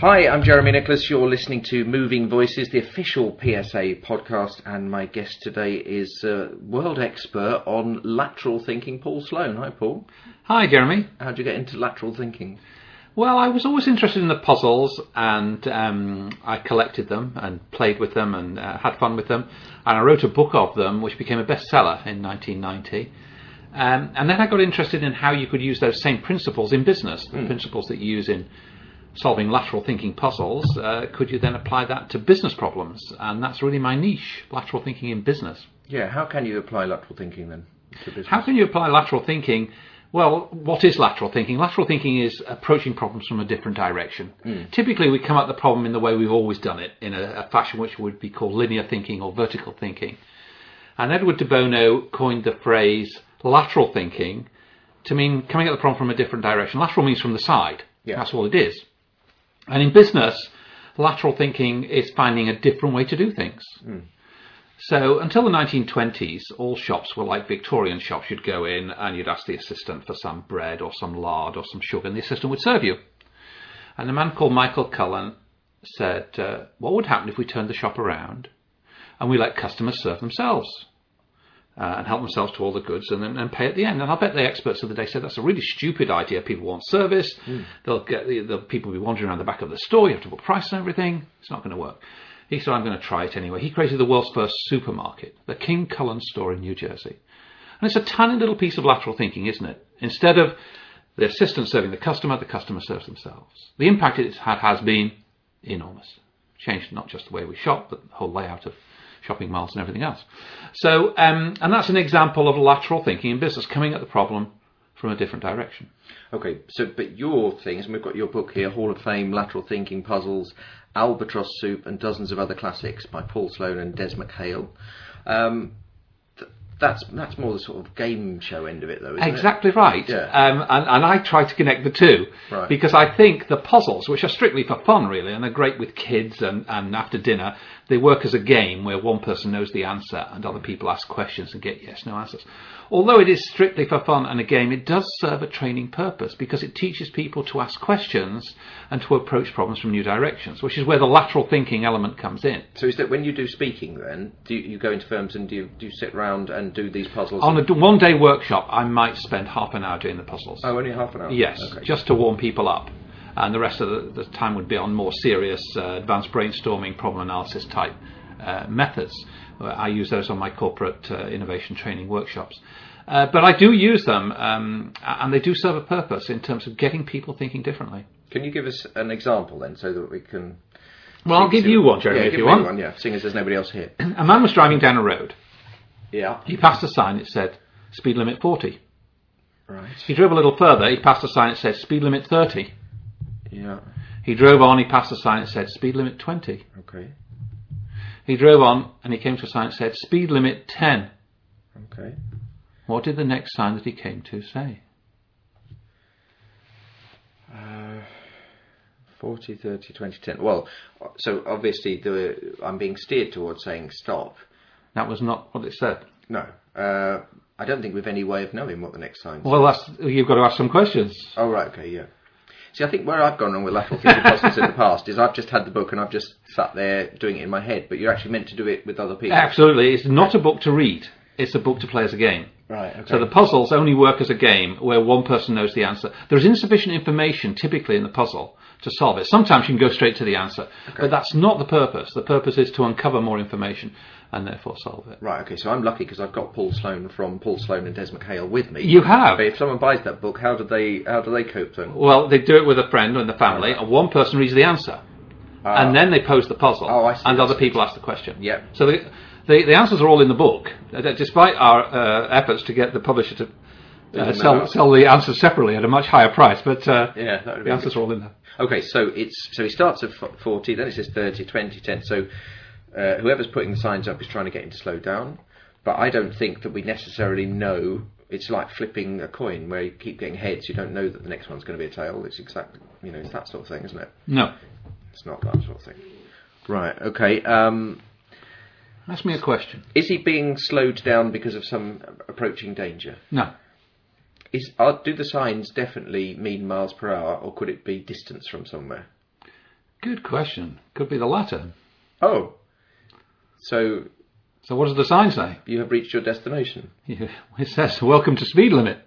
Hi, I'm Jeremy Nicholas. You're listening to Moving Voices, the official PSA podcast, and my guest today is uh, world expert on lateral thinking, Paul Sloan. Hi, Paul. Hi, Jeremy. How'd you get into lateral thinking? Well, I was always interested in the puzzles, and um, I collected them and played with them and uh, had fun with them. And I wrote a book of them, which became a bestseller in 1990. Um, and then I got interested in how you could use those same principles in business, the principles that you use in solving lateral thinking puzzles. Uh, could you then apply that to business problems? And that's really my niche: lateral thinking in business. Yeah, how can you apply lateral thinking then to business? How can you apply lateral thinking? Well, what is lateral thinking? Lateral thinking is approaching problems from a different direction. Typically, we come at the problem in the way we've always done it, in a, a fashion which would be called linear thinking or vertical thinking. And Edward de Bono coined the phrase lateral thinking to mean coming at the problem from a different direction. Lateral means from the side. Yeah. That's all it is. And in business, lateral thinking is finding a different way to do things. So until the 1920s, all shops were like Victorian shops. You'd go in and you'd ask the assistant for some bread or some lard or some sugar, and the assistant would serve you. And a man called Michael Cullen said, uh, What would happen if we turned the shop around and we let customers serve themselves? uh, and help themselves to all the goods and then and pay at the end. And I'll bet the experts of the day said that's a really stupid idea. People want service. They'll get the, the people will be wandering around the back of the store. You have to put price on everything. It's not going to work. He said, I'm going to try it anyway. He created the world's first supermarket, the King Cullen store in New Jersey. And it's a tiny little piece of lateral thinking, isn't it? Instead of the assistant serving the customer, the customer serves themselves. The impact it's had has been enormous. Changed not just the way we shop, but the whole layout of shopping malls and everything else. So, um, and that's an example of lateral thinking in business, coming at the problem from a different direction. Okay, so but your things, and we've got your book here, Hall of Fame, Lateral Thinking Puzzles, Albatross Soup, and dozens of other classics by Paul Sloan and Des McHale. Um, th- that's that's more the sort of game show end of it, though, isn't it? Exactly right. Yeah. Um, and, and I try to connect the two Right. because I think the puzzles, which are strictly for fun really, and are great with kids and, and after dinner, they work as a game where one person knows the answer and other people ask questions and get yes, no answers. Although it is strictly for fun and a game, it does serve a training purpose because it teaches people to ask questions and to approach problems from new directions, which is where the lateral thinking element comes in. So is that when you do speaking, then do you, you go into firms and do you, do you sit round and do these puzzles? On a one day workshop, I might spend half an hour doing the puzzles. oh, only half an hour. Yes, Okay. just to warm people up. And the rest of the, the time would be on more serious, uh, advanced brainstorming, problem analysis type uh, methods. Uh, I use those on my corporate uh, innovation training workshops. Uh, but I do use them, um, a- and they do serve a purpose in terms of getting people thinking differently. Can you give us an example then, so that we can? Well, I'll give you one, Jeremy, yeah, if give you me want. one. Yeah, seeing as there's nobody else here. A man was driving down a road. yeah. He passed a sign that said speed limit 40. Right. He drove a little further. He passed a sign that said speed limit 30. Yeah. He drove on. He passed a sign that said speed limit 20. Okay. He drove on and he came to a sign that said speed limit 10. Okay. What did the next sign that he came to say? Uh, 40, 30, 20, 10. Well, o- so obviously the I'm being steered towards saying stop. That was not what it said. No. Uh, I don't think we've any way of knowing what the next sign is. Well, that's, you've got to ask some questions. Oh, right, okay, yeah. See, I think where I've gone wrong with lateral thinking puzzles in the past is I've just had the book and I've just sat there doing it in my head, but you're actually meant to do it with other people. Absolutely, it's not a book to read. It's a book to play as a game. Right, okay. So the puzzles only work as a game where one person knows the answer. There is insufficient information typically in the puzzle to solve it. Sometimes you can go straight to the answer, but that's not the purpose. The purpose is to uncover more information and therefore solve it. Right, okay, so I'm lucky because I've got Paul Sloan from Paul Sloan and Des McHale with me. You have. But if someone buys that book, how do they how do they cope then? Well, they do it with a friend or in the family, and one person reads the answer, and then they pose the puzzle, Ah. Oh, I see. and other people ask the question. Yep. So the, the the answers are all in the book, Uh, that despite our uh, efforts to get the publisher to uh, them sell out. sell the answers separately at a much higher price, but uh, Yeah, that would be the answers are all in there. Okay, so it's so he starts at f- 40, then it says 30, 20, 10. So uh, whoever's putting the signs up is trying to get him to slow down. But I don't think that we necessarily know. It's like flipping a coin where you keep getting heads. You don't know that the next one's going to be a tail. It's exactly, you know, it's that sort of thing, isn't it? No, It's not that sort of thing. Right. Okay. Um, ask me a question. is he being slowed down because of some approaching danger? No, Is are, do the signs definitely mean miles per hour, or could it be distance from somewhere? Good question. Could be the latter. Oh, so So what does the sign say? you have reached your destination. Yeah, It says, "Welcome to speed limit."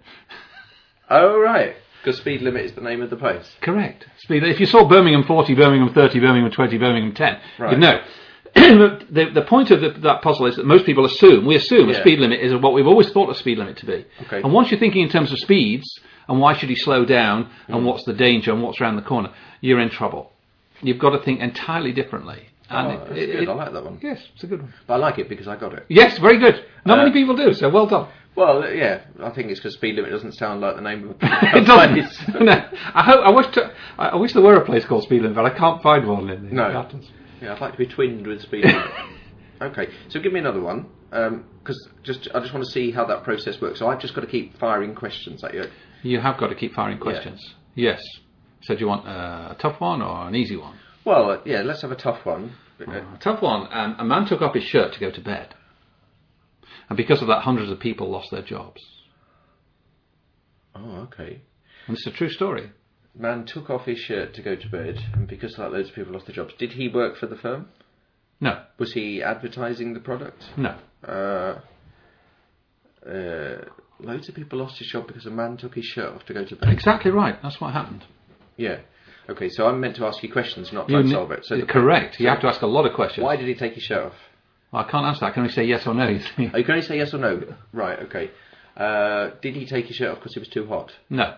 Oh, right. Because speed limit is the name of the place. Correct. Speed. If you saw Birmingham 40, Birmingham 30, Birmingham 20, Birmingham 10, Right. you'd know. the, the point of the, that puzzle is that most people assume, we assume a Yeah. speed limit is what we've always thought a speed limit to be. Okay. And once you're thinking in terms of speeds, and why should he slow down, Mm. and what's the danger, and what's around the corner, you're in trouble. You've got to think entirely differently. And Oh, it- that's it- good. it- I like that one. yes, it's a good one. But I like it because I got it. Yes, very good. Not Uh, many people do, so well done. Well, uh, yeah, I think it's because speed limit doesn't sound like the name of a it place. doesn't. no, I, hope, I, wish to, I I wish there were a place called Speed Limit, but I can't find one in the No. in Athens. Yeah, I'd like to be twinned with speed limit. okay, so give me another one. Because just, I just want to see how that process works. So I've just got to keep firing questions at you. You have got to keep firing questions. Yes. So do you want uh, a tough one or an easy one? Well, uh, yeah, let's have a tough one. Uh, A tough one. Um, a man took off his shirt to go to bed. And because of that, hundreds of people lost their jobs. Oh, okay. And it's a true story. Man took off his shirt to go to bed, and because of that, loads of people lost their jobs. Did he work for the firm? No, Was he advertising the product? no. Uh, uh, loads of people lost his job because a man took his shirt off to go to bed. Exactly right. That's what happened. Yeah. Okay, so I'm meant to ask you questions, not try and ne- solve it. So the- correct. You have to ask a lot of questions. why did he take his shirt off? I can't answer that. Can we say yes or no? you see? Oh, you can only say yes or no. Right, okay. Uh, did he take his shirt off because it was too hot? no.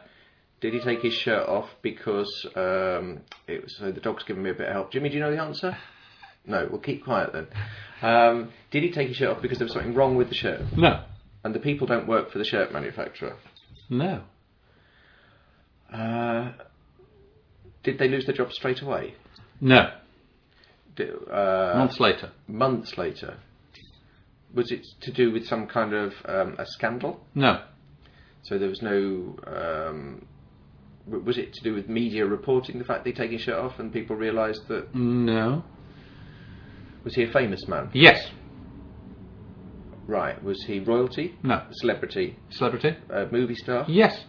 Did he take his shirt off because um, it was, so the dog's giving me a bit of help? Jimmy, do you know the answer? No, well, keep quiet then. Um, did he take his shirt off because there was something wrong with the shirt? No. And the people don't work for the shirt manufacturer. No. Uh, did they lose their job straight away? No. Di- uh, Months later. months later. Was it to do with some kind of um, a scandal? No. So there was no. Um, w- was it to do with media reporting the fact they taking shirt off and people realised that No. was he a famous man? Yes. Right. Was he royalty? No. Celebrity? Celebrity? Uh, movie star? Yes.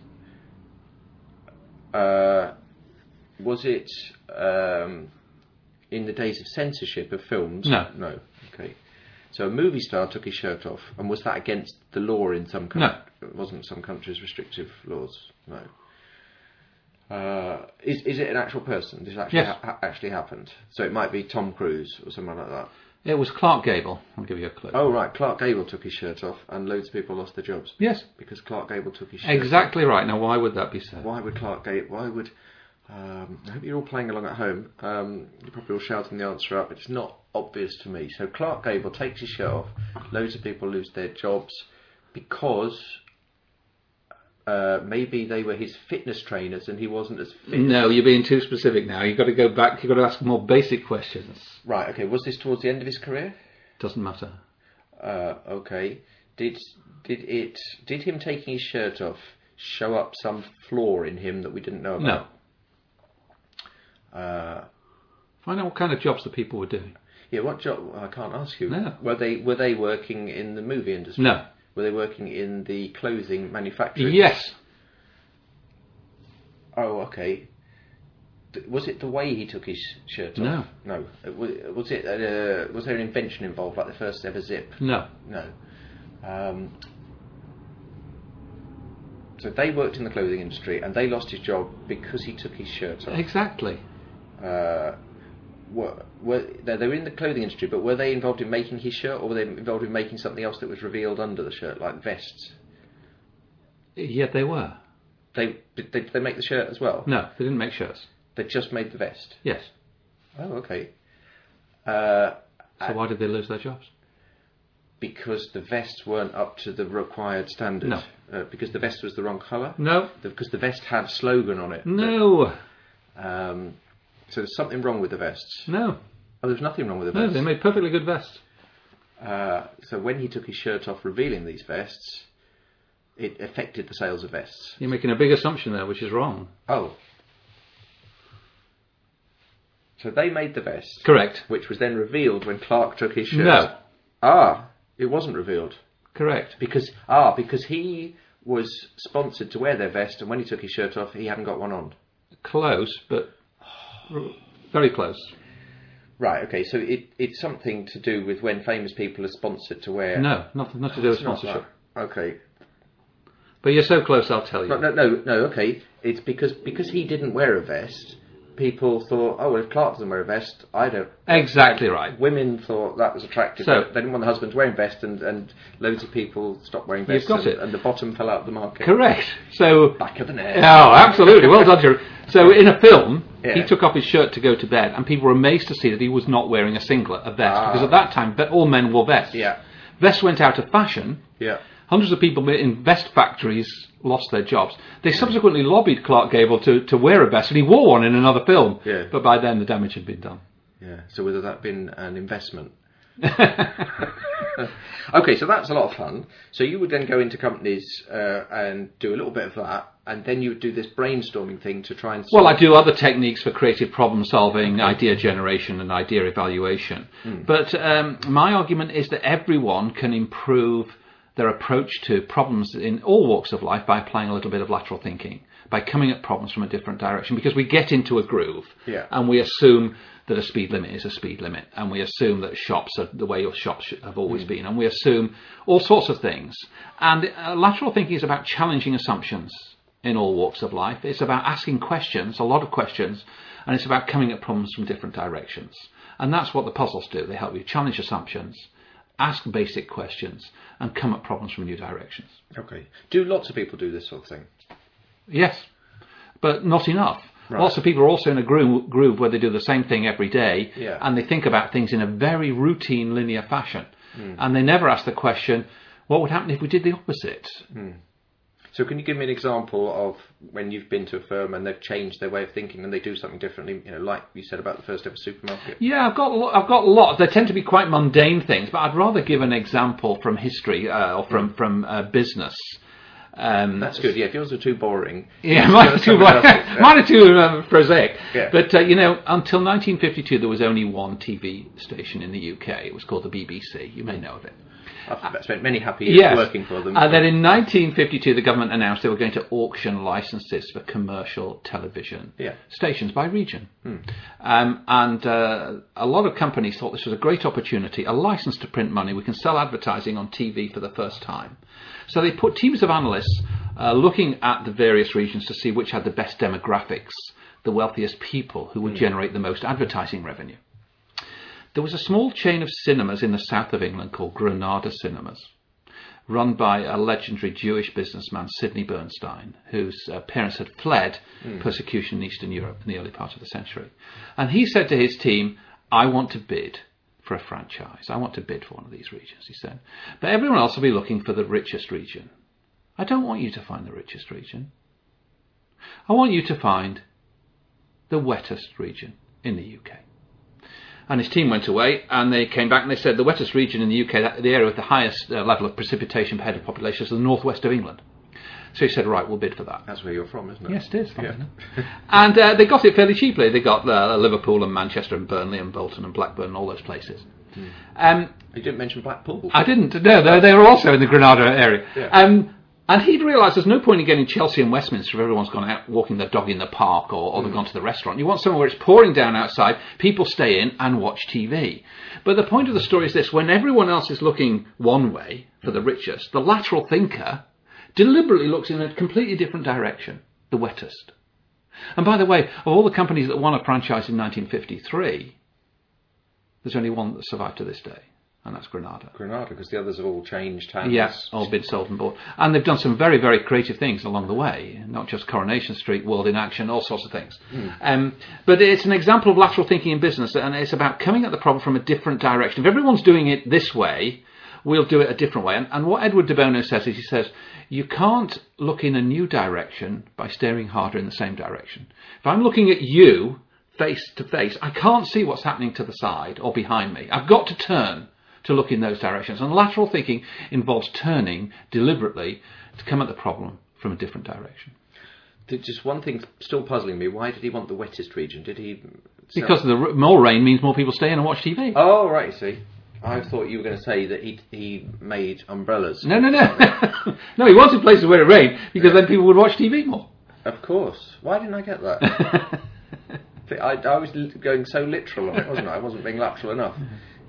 Uh, was it um, in the days of censorship of films? No. No. Okay. So a movie star took his shirt off, and was that against the law in some countries? No. It wasn't some countries' restrictive laws. No. Uh, is is it an actual person? This actually Yes. ha- actually happened. So it might be Tom Cruise or someone like that. It was Clark Gable. I'll give you a clue. Oh right, Clark Gable took his shirt off, and loads of people lost their jobs Yes. because Clark Gable took his shirt. off. Exactly right. Now, why would that be so? Why would Clark Gate? Why would? Um, I hope you're all playing along at home. Um, you're probably all shouting the answer out, but it's not obvious to me. So Clark Gable takes his shirt off. Loads of people lose their jobs because uh, maybe they were his fitness trainers and he wasn't as fit. No, you're being too specific now. You've got to go back. You've got to ask more basic questions. Right. Okay. Was this towards the end of his career? Doesn't matter. Uh, okay. Did did it? Did him taking his shirt off show up some flaw in him that we didn't know about? Uh, No. Find out what kind of jobs the people were doing. Yeah, what job? I can't ask you. No. Were they were they working in the movie industry? No. Were they working in the clothing manufacturing? Yes. Oh, okay. Th- Was it the way he took his shirt off? No. No. Uh, wa- Was it? Uh, was there an invention involved, like the first ever zip? No. No. Um, so they worked in the clothing industry, and they lost his job because he took his shirt off. Exactly. uh, were, were they, they were in the clothing industry, but were they involved in making his shirt, or were they involved in making something else that was revealed under the shirt, like vests? Yet they were. They did they, did they make the shirt as well? No, they didn't make shirts. They just made the vest. Yes. Oh, okay. Uh, So why did they lose their jobs? because the vests weren't up to the required standard. No. Uh, because the vest was the wrong colour. No. The- Because the vest had slogan on it. No. Um, so there's something wrong with the vests. No. Oh, there's nothing wrong with the Hmm. No, vests. they made perfectly good vests. Uh, so when he took his shirt off, revealing these vests, it affected the sales of vests. You're making a big assumption there, which is wrong. Oh. So they made the vest, Correct. which was then revealed when Clark took his shirt. No. Ah, it wasn't revealed Correct. because ah because he was sponsored to wear their vest, and when he took his shirt off, he hadn't got one on. Close, but Very close. Right, okay, so it, it's something to do with when famous people are sponsored to wear. No, nothing, nothing to do with It's not that. sponsorship. Okay. But you're so close, I'll tell you. No, no, no, no, okay. It's because because he didn't wear a vest, people thought, oh, well, if Clark doesn't wear a vest, I don't. Exactly right. Women thought that was attractive. So- they didn't want the husband wearing vest, and, and loads of people stopped wearing vests. got and, it. and the bottom fell out of the market. Correct. So Back of the net. Oh, absolutely. Well done, Jerry. So in a film, he Yeah. took off his shirt to go to bed, and people were amazed to see that he was not wearing a singlet, a vest, because at that time ve- all men wore vests. Ah. Yeah. Vests went out of fashion. Yeah. Hundreds of people in vest factories lost their jobs. They subsequently lobbied Clark Gable to, to wear a vest, and he wore one in another film. Yeah. But by then the damage had been done. Yeah. So whether that been an investment? okay, so that's a lot of fun. So you would then go into companies uh, and do a little bit of that, and then you would do this brainstorming thing to try and. Well, I do other techniques for creative problem solving, idea generation, and idea evaluation. But um, my argument is that everyone can improve their approach to problems in all walks of life by applying a little bit of lateral thinking, by coming at problems from a different direction, because we get into a groove Yeah. and we assume that a speed limit is a speed limit, and we assume that shops are the way your shops sh- have always been, and we assume all sorts of things. And uh, lateral thinking is about challenging assumptions in all walks of life. It's about asking questions, a lot of questions, and it's about coming at problems from different directions. And that's what the puzzles do. They help you challenge assumptions, ask basic questions, and come at problems from new directions. okay. Do lots of people do this sort of thing? Yes, but not enough. Lots of people are also in a groove, groove where they do the same thing every day Yeah. and they think about things in a very routine, linear fashion. Hmm. And they never ask the question, what would happen if we did the opposite? So can you give me an example of when you've been to a firm and they've changed their way of thinking and they do something differently? You know, like you said about the first ever supermarket. Yeah, I've got lo- I've got lots. They tend to be quite mundane things, but I'd rather give an example from history uh, or Hmm. from from uh, business. Um, That's good. Yeah, if yours are too boring. Yeah, mine are too, Something else, yeah. mine are too um, prosaic. Yeah. But, uh, you know, until 1952, there was only one TV station in the UK. It was called the BBC. You may Hmm. know of it. I've spent many happy years Yes. working for them. And then in 1952, the government announced they were going to auction licenses for commercial television Yeah. Hmm. stations by region. Um, and uh, a lot of companies thought this was a great opportunity, a license to print money. We can sell advertising on TV for the first time. So they put teams of analysts uh, looking at the various regions to see which had the best demographics, the wealthiest people who Hmm. would generate the most advertising revenue. There was a small chain of cinemas in the south of England called Granada Cinemas run by a legendary Jewish businessman, Sidney Bernstein, whose uh, parents had fled persecution in Eastern Europe in the early part of the century. And he said to his team, I want to bid for a franchise. I want to bid for one of these regions, he said. But everyone else will be looking for the richest region. I don't want you to find the richest region. I want you to find the wettest region in the UK. And his team went away, and they came back and they said the wettest region in the UK, that, the area with the highest uh, level of precipitation per head of population, is the northwest of England. So he said, right, we'll bid for that. That's where you're from, isn't it? Yes, it is. Yeah. funnily enough. and uh, they got it fairly cheaply. They got uh, Liverpool and Manchester and Burnley and Bolton and Blackburn and all those places. Um, You didn't mention Blackpool. I didn't. No, they, they were also in the Granada area. Yeah. Um, and he'd realised there's no point in getting Chelsea and Westminster if everyone's gone out walking their dog in the park or, or they've gone to the restaurant. You want somewhere where it's pouring down outside, people stay in and watch TV. But the point of the story is this when everyone else is looking one way for the richest, the lateral thinker deliberately looks in a completely different direction, the wettest. And by the way, of all the companies that won a franchise in 1953, there's only one that survived to this day, and that's Granada. Granada, because the others have all changed hands. Yes, all bid sold and bought. And they've done some very, very creative things along the way, not just Coronation Street, World in Action, all sorts of things. Um, but it's an example of lateral thinking in business, and it's about coming at the problem from a different direction. If everyone's doing it this way, we'll do it a different way. And, and what Edward de Bono says is he says, you can't look in a new direction by staring harder in the same direction. If I'm looking at you face to face, I can't see what's happening to the side or behind me. I've got to turn to look in those directions. And lateral thinking involves turning deliberately to come at the problem from a different direction. Th- Just one thing's still puzzling me. Why did he want the wettest region? Did he? sell- Because the r- more rain means more people stay in and watch TV. Oh right, you see. I thought you were going to say that he he made umbrellas. No, no, no. no, he wanted places where it rained because then people would watch TV more. Of course. Why didn't I get that? thi- I, I was li- going so literal on it, wasn't I? I wasn't being lateral enough.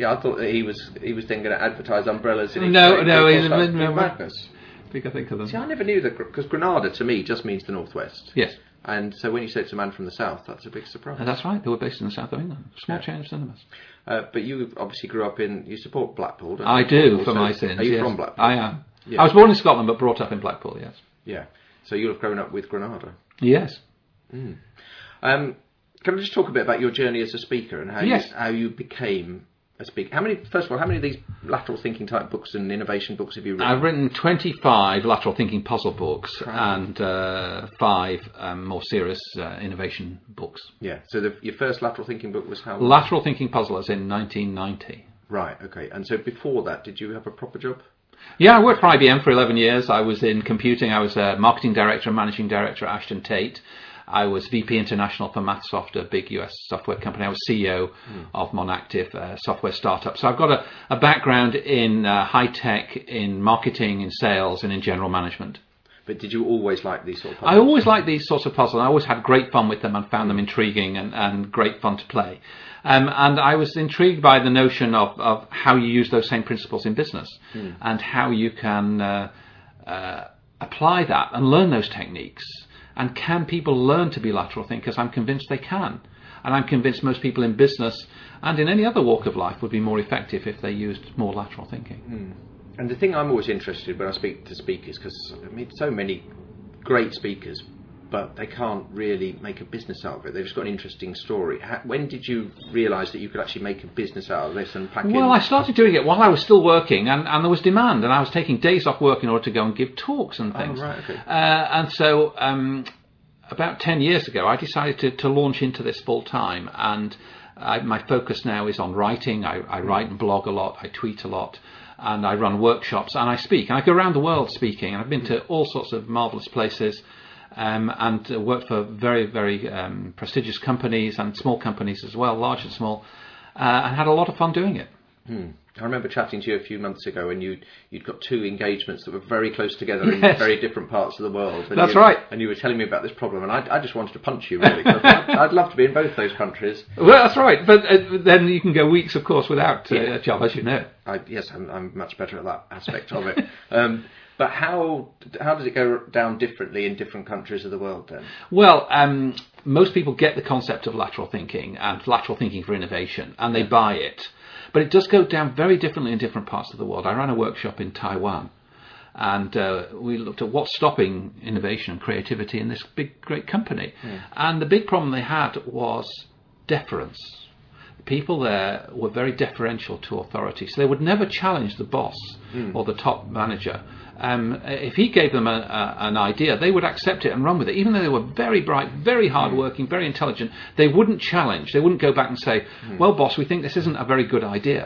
Yeah, I thought that he was he was then going to advertise umbrellas. in No, each no, way, he's a because min- that's min- madness. think I think of them. See, I never knew that because Granada to me just means the northwest. Yes, And so when you say it's a man from the south, that's a big surprise. and that's right. They were based in the south of England. Small chain of cinemas. Uh, but you obviously grew up in. You support Blackpool, don't you? I do for Also- my sins. Are you yes. from Blackpool? I am. Yeah. I was born in Scotland but brought up in Blackpool. Yes. Yeah. So you'll have grown up with Granada. Yes. Um, can I just talk a bit about your journey as a speaker and how Yes. you, how you became a speaker? How many? First of all, how many of these lateral thinking type books and innovation books have you read? I've written 25 lateral thinking puzzle books and uh, five um, more serious uh, innovation books. yeah. So the, your first lateral thinking book was how? Lateral thinking puzzlers in 1990. right. Okay. And so before that, did you have a proper job? Yeah, I worked for IBM for 11 years. I was in computing. I was a marketing director and managing director at Ashton Tate. I was VP International for Mathsoft, a big US software company. I was CEO of Monactive, a software startup. So I've got a, a background in uh, high tech, in marketing, in sales, and in general management. But did you always like these sort of? I always liked these sorts of puzzles. I always had great fun with them and found them intriguing and, and great fun to play. Um, and I was intrigued by the notion of, of how you use those same principles in business and how you can uh, uh, apply that and learn those techniques. And can people learn to be lateral thinkers? I'm convinced they can. And I'm convinced most people in business and in any other walk of life would be more effective if they used more lateral thinking. And the thing I'm always interested in when I speak to speakers, because I meet so many great speakers, but they can't really make a business out of it. They've just got an interesting story. Ha when did you realise that you could actually make a business out of this and pack in? Well, I started doing it while I was still working, and, and there was demand, and I was taking days off work in order to go and give talks and things. Oh, right, okay. uh, and so, um, about 10 years ago, I decided to, to launch into this full time, and I, my focus now is on writing. I, Mm. I write and blog a lot, I tweet a lot, and I run workshops, and I speak. And I go around the world speaking, and I've been to Mm. all sorts of marvellous places. Um, and uh, worked for very, very um, prestigious companies and small companies as well, large and small, uh, and had a lot of fun doing it. I remember chatting to you a few months ago, and you you'd got two engagements that were very close together in Yes. very different parts of the world. And That's you- right. And you were telling me about this problem, and I, I just wanted to punch you really. 'cause I'd, I'd love to be in both those countries. Well, that's right. But uh, then you can go weeks, of course, without uh, a job, as you know. I, yes, I'm, I'm much better at that aspect of it. Um, but how how does it go down differently in different countries of the world then? Well, um, most people get the concept of lateral thinking and lateral thinking for innovation, and they buy it. But it does go down very differently in different parts of the world. I ran a workshop in Taiwan, and uh, we looked at what's stopping innovation and creativity in this big, great company. And the big problem they had was deference. people there were very deferential to authority, so they would never challenge the boss or the top manager. Um, if he gave them a, a, an idea, they would accept it and run with it. Even though they were very bright, very hardworking, very intelligent, they wouldn't challenge. They wouldn't go back and say, "Well, boss, we think this isn't a very good idea."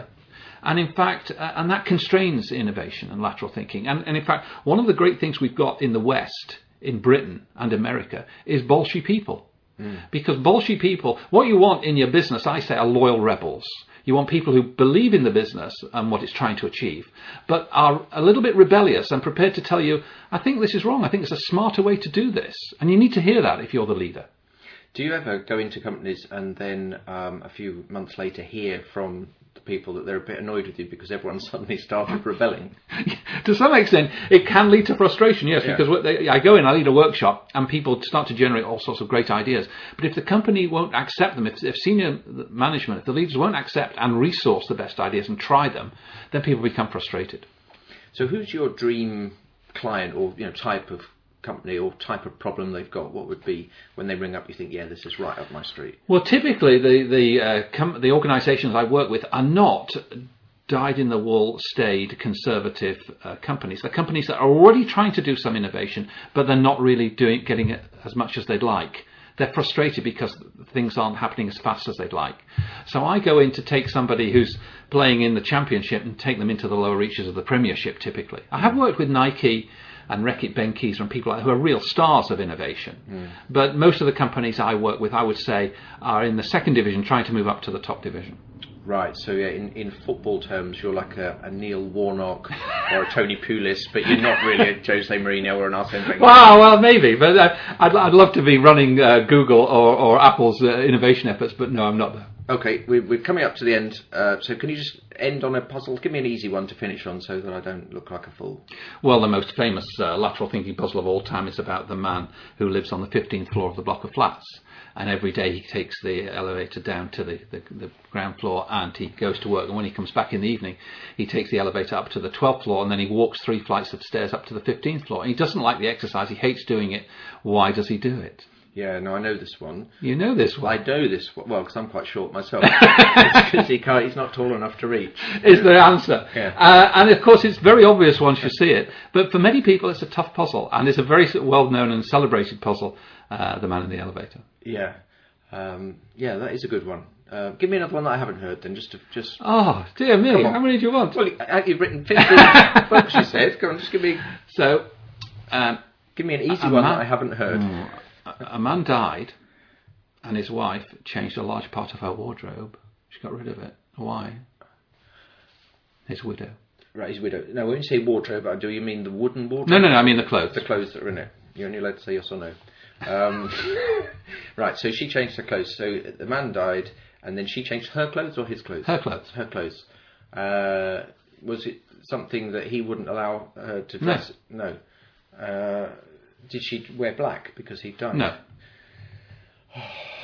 And in fact, uh, and that constrains innovation and lateral thinking. And, and in fact, one of the great things we've got in the West, in Britain and America, is bolshy people. Because bolshy people, what you want in your business, I say, are loyal rebels. You want people who believe in the business and what it's trying to achieve, but are a little bit rebellious and prepared to tell you, I think this is wrong. I think it's a smarter way to do this. And you need to hear that if you're the leader. Do you ever go into companies and then um, a few months later hear from the people that they're a bit annoyed with you because everyone suddenly started rebelling? to some extent, it can lead to frustration, yes, Yeah. because what they, I go in, I lead a workshop, and people start to generate all sorts of great ideas. But if the company won't accept them, if, if senior management, if the leaders won't accept and resource the best ideas and try them, then people become frustrated. So, who's your dream client or you know type of company or type of problem they've got? What would be when they ring up? You think, yeah, this is right up my street. Well, typically the the uh, com- the organisations I work with are not dyed-in-the-wool, stayed conservative uh, companies. They're companies that are already trying to do some innovation, but they're not really doing getting it as much as they'd like. They're frustrated because things aren't happening as fast as they'd like. So I go in to take somebody who's playing in the championship and take them into the lower reaches of the Premiership. Typically, I have worked with Nike and Reckitt Benkies and people who are real stars of innovation. But most of the companies I work with, I would say, are in the second division trying to move up to the top division. Right, so yeah, in, in football terms, you're like a, a Neil Warnock or a Tony Pulis, but you're not really a Jose Mourinho or an Arsene Wenger. Wow, well, maybe, but uh, I'd, I'd love to be running uh, Google or, or Apple's uh, innovation efforts, but no, I'm not there. Okay, we're, we're coming up to the end, uh, so can you just end on a puzzle? Give me an easy one to finish on so that I don't look like a fool. Well, the most famous uh, lateral thinking puzzle of all time is about the man who lives on the 15th floor of the block of flats. And every day he takes the elevator down to the, the, the ground floor and he goes to work. And when he comes back in the evening, he takes the elevator up to the 12th floor and then he walks three flights of stairs up to the 15th floor. And he doesn't like the exercise, he hates doing it. Why does he do it? Yeah, no, I know this one. You know this one. I know this one, well, because I'm quite short myself. Because he can't, he's not tall enough to reach. is the answer. Yeah. Uh, and of course, it's very obvious once you see it. But for many people, it's a tough puzzle, and it's a very well known and celebrated puzzle, uh, The Man in the Elevator. Yeah, um, yeah, that is a good one. Uh, give me another one that I haven't heard then, just to, just. Oh, dear me, Come on. how many do you want? Well, I- you've written 15 books, you said. Go on, just give me, So, um, give me an easy A one man- that I haven't heard. Hmm. a a man died, and his wife changed a large part of her wardrobe. She got rid of it. Why? His widow. Right, he's a widow. No, when you say wardrobe, uh, do you mean the wooden wardrobe? No, no, no, I mean the clothes. The clothes that are in it. You're only allowed to say yes or no. Um, right, so she changed her clothes. So the man died, and then she changed her clothes or his clothes? Her clothes. Her clothes. Uh, was it something that he wouldn't allow her to dress? No. Uh, did she wear black because he died? No.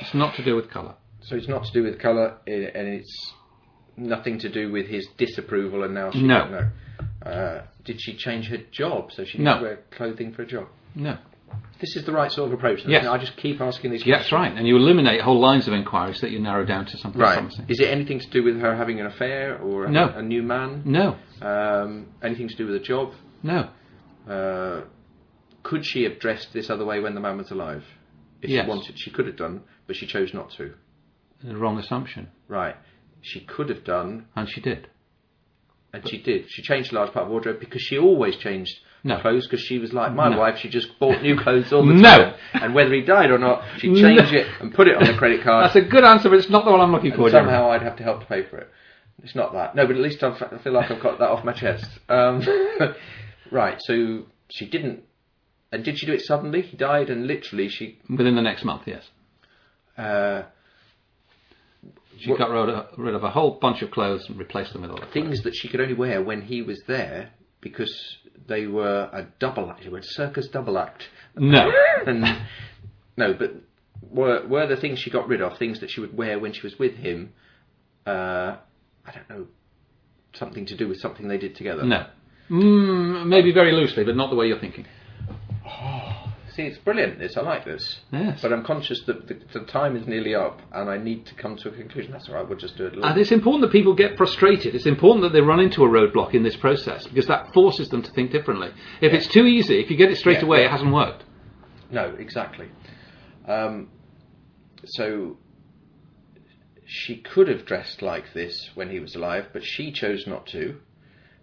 It's not to do with colour. So it's not to do with colour, i- and it's nothing to do with his disapproval. And now she No. no. Uh, did she change her job so she No. could wear clothing for a job? No. This is the right sort of approach. Then. Yes. I just keep asking these. Yeah, that's right. And you eliminate whole lines of inquiries that you narrow down to something. Right. promising. Is it anything to do with her having an affair or a, No. a new man? No, Um, anything to do with a job? no. Uh, could she have dressed this other way when the man was alive? If Yes. she wanted, she could have done, but she chose not to. The wrong assumption. Right. She could have done, And she did. and she did. She changed a large part of wardrobe because she always changed No. clothes because she was like my No. wife. She just bought new clothes all the No. time. And whether he died or not, she No. changed it and put it on the credit card. That's a good answer, but it's not the one I'm looking for. Jeremy. somehow I'd have to help to pay for it. It's not that. No, but at least I've, I feel like I've got that off my chest. Um, right, so she didn't. And did she do it suddenly? He died, and literally she. Within the next month, yes. Uh, She got rid of, rid of a whole bunch of clothes and replaced them with other things. things that she could only wear when he was there because they were a double act. They were a circus double act. No, And no, but were were the things she got rid of things that she would wear when she was with him? Uh, I don't know. Something to do with something they did together. no. Mm, maybe very loosely, but not the way you're thinking. See, it's brilliant. This I like this. Yes. But I'm conscious that the, the time is nearly up, and I need to come to a conclusion. That's all right. We'll just do it. a little And it's important that people get frustrated. It's important that they run into a roadblock in this process because that forces them to think differently. If it's too easy, if you get it straight Yeah. away, it hasn't worked. No, exactly. Um, so she could have dressed like this when he was alive, but she chose not to.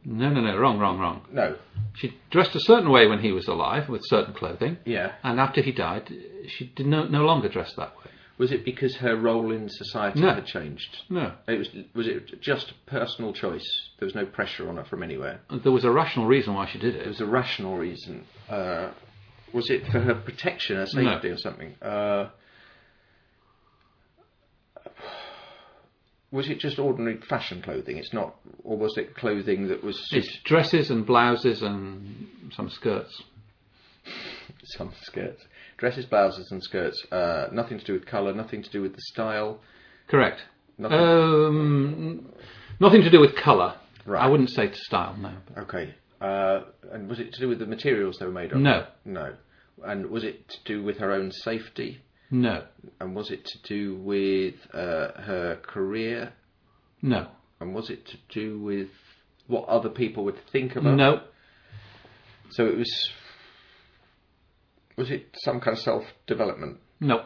No, no, no. Wrong, wrong, wrong. No. She dressed a certain way when he was alive with certain clothing. Yeah. And after he died, she did no, no longer dress that way. Was it because her role in society No. had changed? No. It was. Was it just personal choice? There was no pressure on her from anywhere. There was a rational reason why she did It it. was a rational reason. Uh, was it for her protection, her safety, or something? Uh, was it just ordinary fashion clothing? It's not, or was it clothing that was suit- It's dresses and blouses and some skirts. some skirts, dresses, blouses, and skirts? Uh, nothing to do with colour, nothing to do with the style. Correct. Nothing. Um, nothing to do with colour. Right. Uh, I wouldn't say to style, no. But Okay. Uh, and was it to do with the materials they were made of? No. No. And was it to do with her own safety? no. And was it to do with uh, her career No. And was it to do with what other people would think about? No. So it was. Was it some kind of self development? No.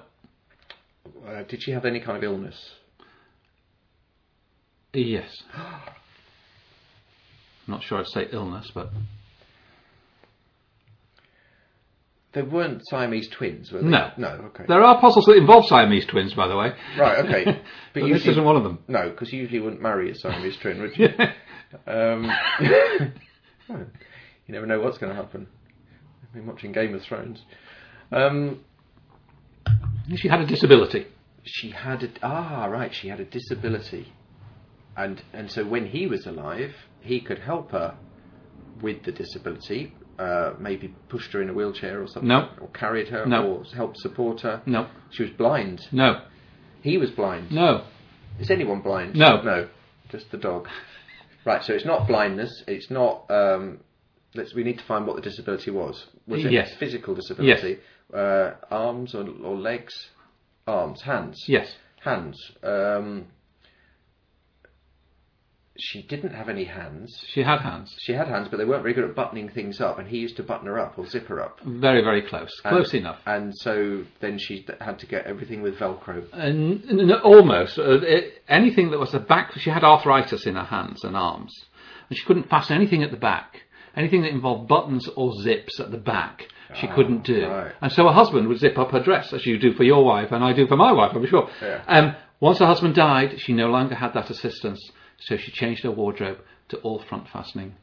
Uh, did she have any kind of illness? Yes. Not sure I'd say illness, but They weren't Siamese twins, were they? No. No, okay. There are puzzles that involve Siamese twins, by the way. Right, okay. But But, usually- this isn't one of them. No, because you usually wouldn't marry a Siamese twin, would you? um, you never know what's going to happen. I've been watching Game of Thrones. Um, She had a disability. she had a ah right, she had a disability, and and so when he was alive, he could help her with the disability. Uh, maybe pushed her in a wheelchair or something, No. or carried her, No. or helped support her. No. She was blind. No. He was blind. No. Is anyone blind? No. No. Just the dog. Right, so it's not blindness. It's not. Um, let's. We need to find what the disability was. Was it Yes. physical disability? Uh, arms or, or legs? Arms, hands. Yes. Hands. Um, she didn't have any hands. She had hands. She had hands, but they weren't very good at buttoning things up, and he used to button her up or zip her up. Very, very close. Close And- enough. And so then she d- had to get everything with Velcro. And, and almost uh, it- anything that was the back. She had arthritis in her hands and arms, and she couldn't fasten anything at the back. Anything that involved buttons or zips at the back, she couldn't do. Ah, right. And so her husband would zip up her dress, as you do for your wife, and I do for my wife, I'm sure. Yeah. Um, once her husband died, she no longer had that assistance, so she changed her wardrobe to all front fastening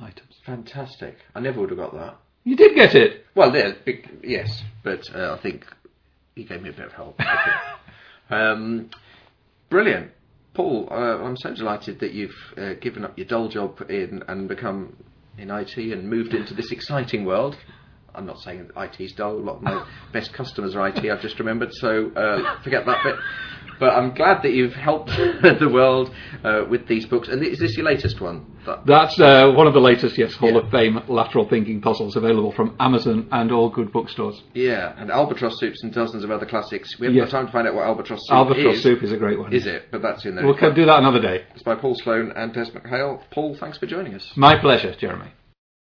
items. Fantastic. I never would have got that. You did get it. Well, yeah, big, yes, but uh, I think he gave me a bit of help. I think. um, brilliant, Paul. Uh, I'm so delighted that you've uh, given up your dull job in and become in IT and moved into this exciting world. I'm not saying that IT's dull. A lot of my best customers are IT. I've just remembered, so uh, forget that bit. But I'm glad that you've helped the world uh, with these books. And is this your latest one? That- That's uh, one of the latest, yes, Hall of Fame lateral thinking puzzles available from Amazon and all good bookstores. Yeah, and albatross soups and dozens of other classics. We haven't Yes. got time to find out what albatross soup Albatross is. soup is a great one. Is it? But that's in there. We'll come do that another day. It's by Paul Sloan and Des McHale. Paul, thanks for joining us. My pleasure, Jeremy.